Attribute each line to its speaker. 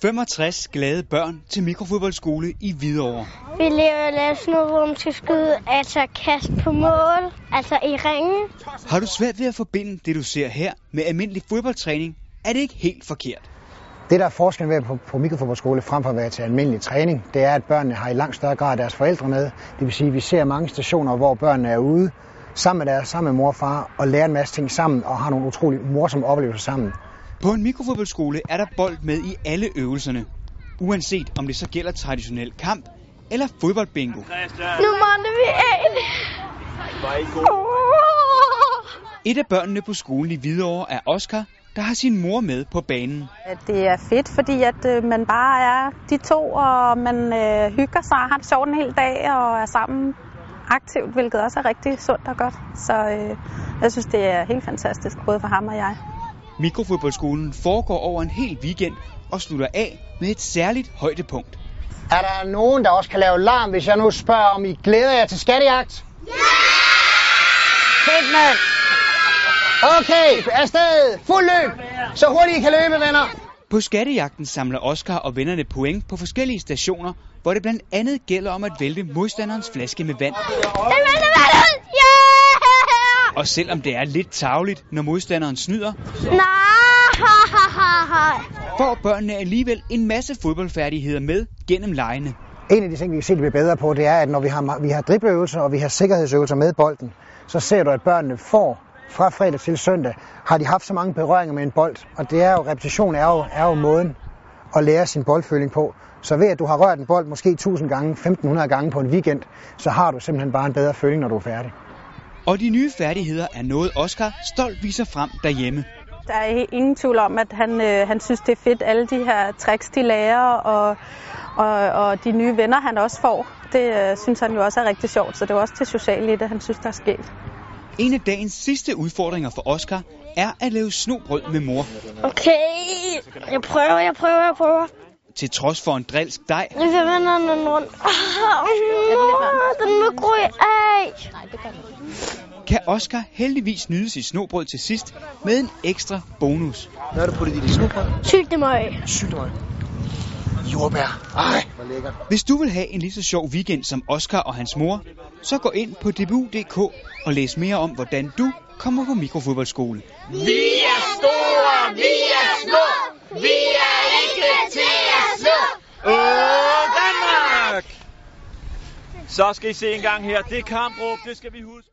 Speaker 1: 65 glade børn til mikrofodboldskole i Hvidovre.
Speaker 2: Vi lever i landsnud, hvor man skal skyde, altså kast på mål, altså i ringen.
Speaker 1: Har du svært ved at forbinde det, du ser her, med almindelig fodboldtræning, er det ikke helt forkert.
Speaker 3: Det, der er forskellen ved at på, på mikrofodboldskole frem for at være til almindelig træning, det er, at børnene har i langt større grad deres forældre med. Det vil sige, at vi ser mange stationer, hvor børnene er ude sammen med deres, sammen med mor og far, og lærer en masse ting sammen, og har nogle utrolig morsomme oplevelser sammen.
Speaker 1: På en mikrofodboldskole er der bold med i alle øvelserne, uanset om det så gælder traditionel kamp eller fodboldbingo.
Speaker 2: Nu måtte vi en.
Speaker 1: Et af børnene på skolen i Hvidovre er Oscar, der har sin mor med på banen.
Speaker 4: At Det er fedt, fordi at øh, man bare er de to, og man øh, hygger sig og har det sjovt en hel dag og er sammen aktivt, hvilket også er rigtig sundt og godt. Så øh, jeg synes, det er helt fantastisk, både for ham og jeg.
Speaker 1: Mikrofodboldskolen foregår over en hel weekend og slutter af med et særligt højdepunkt.
Speaker 3: Er der nogen, der også kan lave larm, hvis jeg nu spørger, om I glæder jer til skattejagt? Ja! Fedt, mand! Okay, afsted! Fuld løb! Så hurtigt I kan løbe, venner!
Speaker 1: På skattejagten samler Oscar og vennerne point på forskellige stationer, hvor det blandt andet gælder om at vælte modstanderens flaske med vand.
Speaker 2: Den vender vandet! Ja!
Speaker 1: Og selvom det er lidt tavligt, når modstanderen snyder,
Speaker 2: Nej!
Speaker 1: får børnene alligevel en masse fodboldfærdigheder med gennem lejene.
Speaker 3: En af de ting, vi kan se, det bliver bedre på, det er, at når vi har, ma- vi har dribleøvelser og vi har sikkerhedsøvelser med bolden, så ser du, at børnene får fra fredag til søndag, har de haft så mange berøringer med en bold. Og det er jo, repetition er jo, er jo måden at lære sin boldføling på. Så ved at du har rørt en bold måske 1000 gange, 1500 gange på en weekend, så har du simpelthen bare en bedre føling, når du er færdig.
Speaker 1: Og de nye færdigheder er noget Oscar stolt viser frem derhjemme.
Speaker 4: Der er he- ingen tvivl om, at han, øh, han synes, det er fedt, alle de her tricks, de lærer, og, og, og de nye venner, han også får. Det øh, synes han jo også er rigtig sjovt, så det er jo også det sociale i det, han synes, der er sket.
Speaker 1: En af dagens sidste udfordringer for Oscar er at lave snobrød med mor.
Speaker 2: Okay, jeg prøver, jeg prøver, jeg prøver.
Speaker 1: Til trods for en drilsk dej,
Speaker 2: Nu vender den rundt. Åh, mor, den må gro af.
Speaker 1: kan Oscar heldigvis nyde sit snobrød til sidst med en ekstra bonus.
Speaker 3: Hvad har du puttet i dit snobrød?
Speaker 2: Syltemøg.
Speaker 3: Syltemøj. Jordbær. Ej, hvor lækkert.
Speaker 1: Hvis du vil have en lige så sjov weekend som Oscar og hans mor, så gå ind på dbu.dk og læs mere om, hvordan du kommer på mikrofodboldskole.
Speaker 5: Så skal I se en gang her. Det er kampråb, det skal vi huske.